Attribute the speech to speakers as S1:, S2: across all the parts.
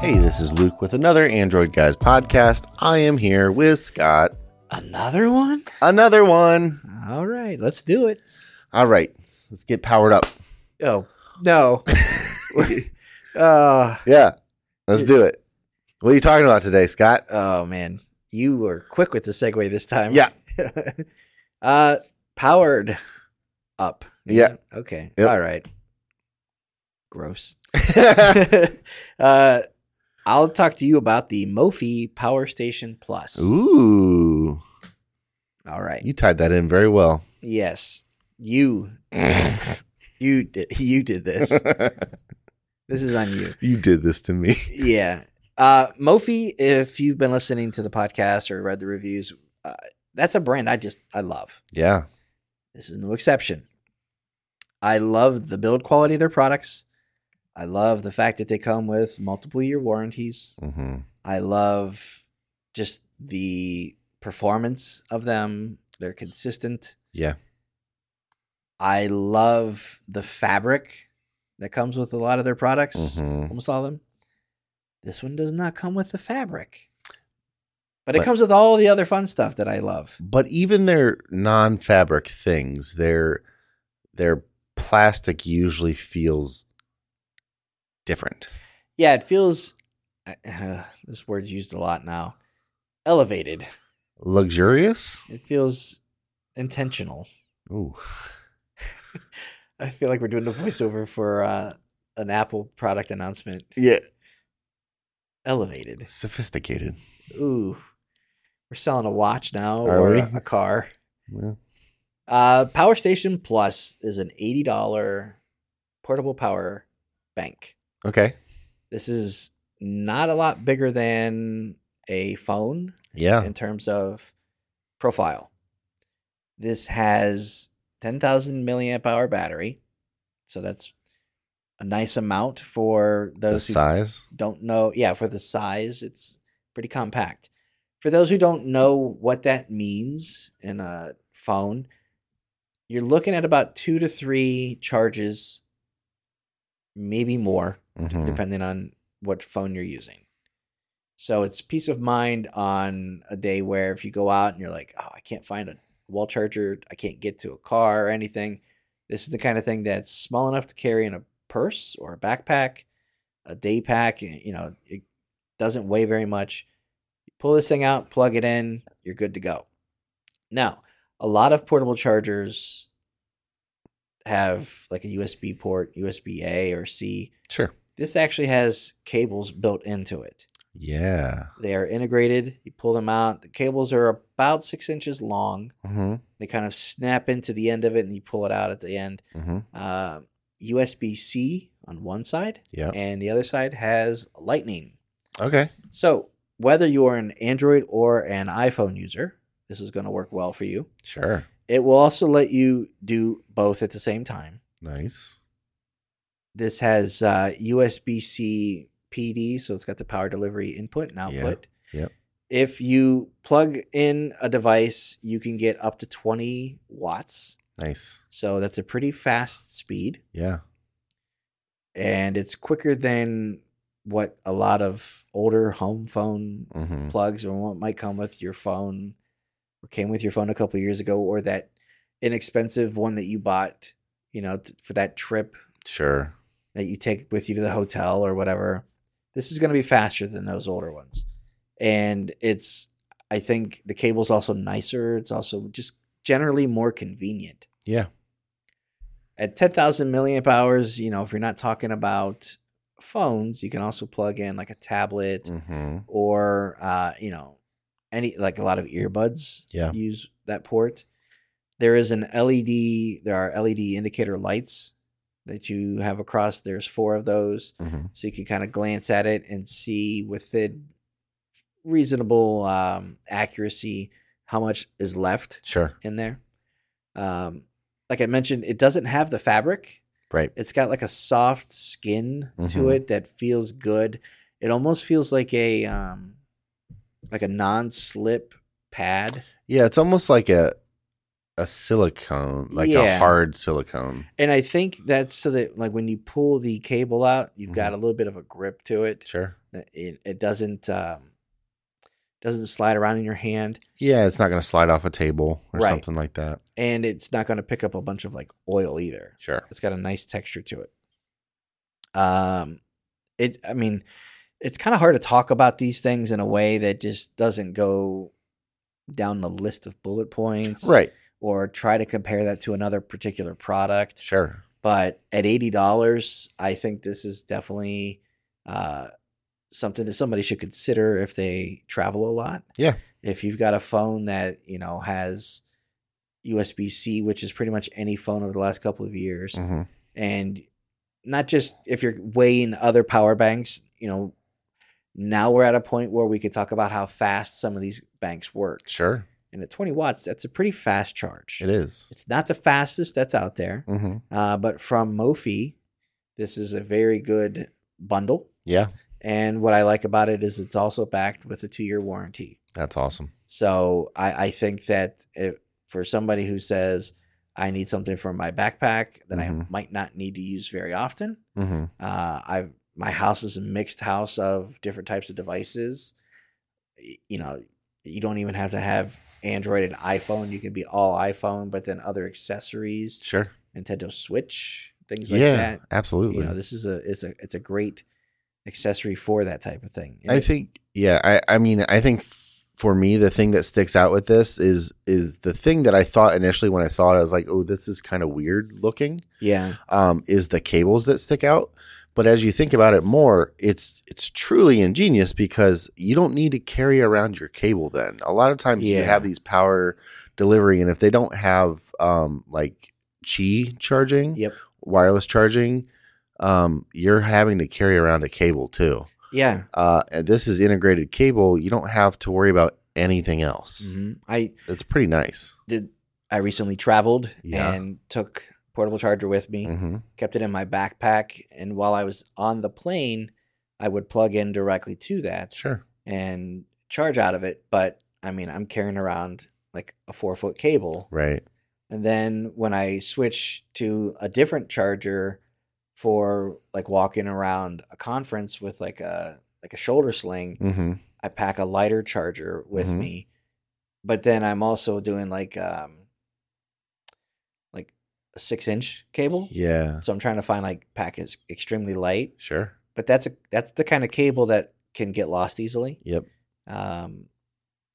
S1: Hey, this is Luke with another Android Guys podcast. I am here with Scott.
S2: Another one?
S1: Another one.
S2: All right, let's do it.
S1: All right, let's get powered up.
S2: Oh, no. uh,
S1: Yeah, let's do it. What are you talking about today, Scott?
S2: oh, man. You were quick with the segue this time.
S1: Yeah.
S2: uh, powered up.
S1: Yeah.
S2: Okay.
S1: Yep.
S2: All right. Gross. uh, I'll talk to you about the Mophie Power Station Plus.
S1: Ooh,
S2: All right.
S1: you tied that in very well.
S2: Yes. You you did you did this. this is on you.
S1: you did this to me.
S2: Yeah. Uh, Mophie, if you've been listening to the podcast or read the reviews, uh, that's a brand I just I love.
S1: Yeah.
S2: This is no exception. I love the build quality of their products. I love the fact that they come with multiple year warranties.
S1: Mm-hmm.
S2: I love just the performance of them. They're consistent.
S1: Yeah.
S2: I love the fabric that comes with a lot of their products,
S1: Mhm.
S2: almost all of them. This one does not come with the fabric, but it
S1: But-
S2: comes with all the other fun stuff that I love.
S1: But even their non-fabric things, their their plastic usually feels different.
S2: Yeah, it feels uh, this word's used a lot now. Elevated.
S1: Luxurious.
S2: It feels intentional.
S1: Ooh.
S2: I feel like we're doing a voiceover for uh, an Apple product announcement.
S1: Yeah.
S2: Elevated.
S1: Sophisticated.
S2: Ooh, we're selling a watch now
S1: Are
S2: or
S1: we?
S2: a car.
S1: Yeah.
S2: Uh, Power Station Plus is an eighty dollar portable power bank.
S1: Okay.
S2: This is not a lot bigger than a phone
S1: Yeah.
S2: in terms of profile. This has ten thousand milliamp hour battery, so that's a nice amount for
S1: The
S2: those who
S1: size.
S2: don't know, yeah, for the size, it's pretty compact. For those who don't know what that means in a phone, you're looking at about two to three charges, maybe more,
S1: Mhm.
S2: depending on what phone you're using. So it's peace of mind on a day where if you go out and you're like, oh, I can't find a wall charger, I can't get to a car or anything. This is the kind of thing that's small enough to carry in a purse or a backpack, a day pack. y- You know, it doesn't weigh very much. You pull this thing out, plug it in, you're good to go. Now, a lot of portable chargers have like a USB port, USB A or C.
S1: Sure.
S2: This actually has cables built into it.
S1: Yeah.
S2: They are integrated. You pull them out. The cables are about six inches long.
S1: Mm-hmm.
S2: They kind of snap into the end of it and you pull it out at the end.
S1: Mm-hmm.
S2: Uh, USB C on one side,
S1: Yeah.
S2: and the other side has lightning.
S1: Okay.
S2: So, whether you're an Android or an iPhone user, this is going to work well for you.
S1: Sure.
S2: It will also let you do both at the same time.
S1: Nice.
S2: This has uh, USB C PD, so it's got the power delivery input and output.
S1: yep.
S2: If you plug in a device, you can get up to 20 watts.
S1: Nice.
S2: So that's a pretty fast speed,
S1: Yeah.
S2: and it's quicker than what a lot of older home phone
S1: Mm-hmm.
S2: plugs or what might come with your phone or came with your phone a couple years ago or that inexpensive one that you bought, you know, t- for that trip
S1: Sure.
S2: that you take with you to the hotel or whatever. This is going to be faster than those older ones. And it's, I think the cable's also nicer. It's also just generally more convenient.
S1: Yeah.
S2: At 10,000 milliamp hours, you know, if you're not talking about phones, you can also plug in like a tablet
S1: Mm-hmm.
S2: or, uh, you know, any like a lot of earbuds
S1: Yeah.
S2: use that port. There is an LED, there are LED indicator lights that you have across. There's four of those
S1: Mm-hmm.
S2: so you can kind of glance at it and see within reasonable um, accuracy how much is left
S1: Sure.
S2: in there. Um, like I mentioned, it doesn't have the fabric.
S1: Right.
S2: It's got like a soft skin to
S1: Mhm.
S2: it that feels good. It almost feels like a um, like a non-slip pad,
S1: Yeah. It's almost like a a silicone, like a
S2: Yeah.
S1: hard silicone.
S2: and I think that's so that like when you pull the cable out, you've got
S1: Mhm.
S2: a little bit of a grip to it.
S1: Sure.
S2: It, it doesn't um, doesn't slide around in your hand,
S1: Yeah, it's not going to slide off a table or
S2: Right.
S1: something like that.
S2: and it's not going to pick up a bunch of like oil either.
S1: Sure.
S2: It's got a nice texture to it. Um, it. I mean, it's kind of hard to talk about these things in a way that just doesn't go down the list of bullet points,
S1: Right.
S2: Or try to compare that to another particular product.
S1: Sure.
S2: but at eighty dollars, I think this is definitely uh, something that somebody should consider if they travel a lot.
S1: Yeah.
S2: If you've got a phone that you know has USB C, which is pretty much any phone over the last couple of years,
S1: hmm
S2: and not just if you're weighing other power banks, you know. Now we're at a point where we could talk about how fast some of these banks work.
S1: Sure.
S2: And at 20 watts, that's a pretty fast charge.
S1: It is.
S2: It's not the fastest that's out there.
S1: Mm-hmm.
S2: Uh, but from Mophie, this is a very good bundle.
S1: Yeah,
S2: And what I like about it is it's also backed with a two year warranty.
S1: that's awesome.
S2: So I, I think that if, for somebody who says, I need something for my backpack that I
S1: Mhm.
S2: might not need to use very often,
S1: Mm-hmm.
S2: uh, I've my house is a mixed house of different types of devices. Y- You know, you don't even have to have Android and iPhone. You can be all iPhone, but then other accessories.
S1: Sure.
S2: Nintendo Switch, things like
S1: yeah,
S2: that.
S1: absolutely.
S2: You know, this is a it's a it's a great accessory for that type of thing. And
S1: I
S2: it-
S1: think yeah, I I mean, I think f- for me the thing that sticks out with this is is the thing that I thought initially when I saw it I was like, "Oh, this is kind of weird looking."
S2: yeah,
S1: Um is the cables that stick out. But as you think about it more, it's it's truly ingenious because you don't need to carry around your cable then. A lot of times you
S2: Yeah.
S1: have these power delivery and if they don't have um like chi charging,
S2: yep,
S1: wireless charging, um, you're having to carry around a cable too.
S2: yeah.
S1: Uh, and this is integrated cable. You don't have to worry about anything else.
S2: hmm I
S1: It's pretty nice.
S2: did. I recently traveled
S1: Yeah.
S2: and took portable charger with me.
S1: hmm
S2: Kept it in my backpack, and while I was on the plane, I would plug in directly to that
S1: Sure.
S2: and charge out of it. But I mean, I'm carrying around like a four foot cable.
S1: Right.
S2: And then when I switch to a different charger for like walking around a conference with like a like a shoulder sling,
S1: Mm-hmm.
S2: I pack a lighter charger with
S1: Mhm.
S2: me. But then I'm also doing like um like a six inch cable.
S1: Yeah.
S2: So I'm trying to find like packets extremely light.
S1: Sure.
S2: But that's a that's the kind of cable that can get lost easily.
S1: Yep.
S2: Um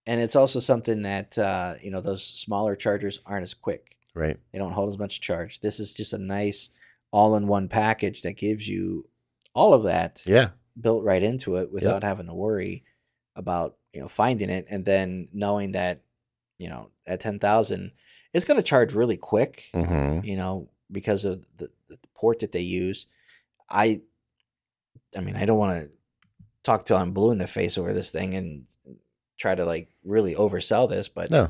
S2: and it's also something that uh, you know those smaller chargers aren't as quick.
S1: Right.
S2: They don't hold as much charge. This is just a nice all in one package that gives you all of that
S1: Yeah.
S2: built right into it without having to worry about, you know, finding it and then knowing that, you know, at 10,000 it's going to charge really quick,
S1: Mm-hmm.
S2: you know, because of the, the port that they use. I I mean, I don't want to talk till I'm blue in the face over this thing and try to like really oversell this, but
S1: No.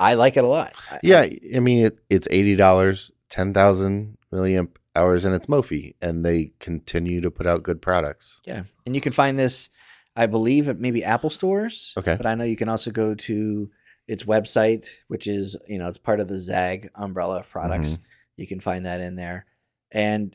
S2: I like it a lot. I- I-
S1: Yeah. I mean, it, it's eighty dollars, ten thousand milliamp hours, and it's Mophie, and they continue to put out good products.
S2: Yeah, and you can find this, I believe, at maybe Apple stores.
S1: Okay.
S2: but I know you can also go to its website, which is you know it's part of the Zag umbrella of products. You can find that in there, and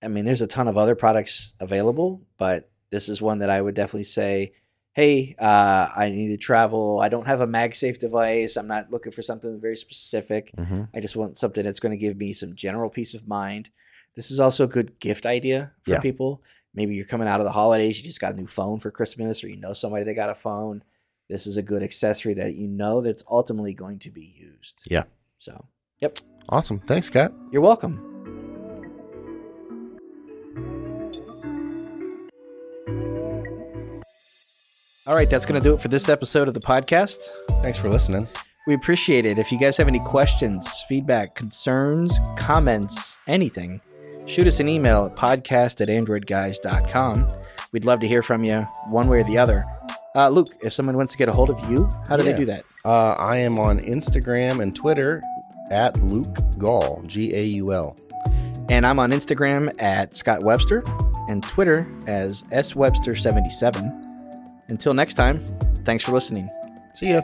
S2: I mean, there's a ton of other products available, but this is one that I would definitely say. Hey, uh, I need to travel. I don't have a MagSafe device. I'm not looking for something very specific.
S1: Mm-hmm.
S2: I just want something that's going to give me some general peace of mind. This is also a good gift idea for
S1: Yeah.
S2: people. Maybe you're coming out of the holidays, you just got a new phone for Christmas, or you know somebody that got a phone. This is a good accessory that you know that's ultimately going to be used.
S1: Yeah.
S2: So
S1: Awesome. Thanks, Scott.
S2: you're welcome. All right, that's going to do it for this episode of the podcast.
S1: Thanks for listening.
S2: We appreciate it. If you guys have any questions, feedback, concerns, comments, anything, shoot us an email at podcast at androidguys.com. We'd love to hear from you one way or the other. Uh, Luke, if someone wants to get a hold of you, how do
S1: Yeah.
S2: they do that?
S1: Uh, I am on Instagram and Twitter at Luke Gall, G A U L.
S2: And I'm on Instagram at Scott Webster and Twitter as swebster77. Until next time, thanks for listening.
S1: See ya.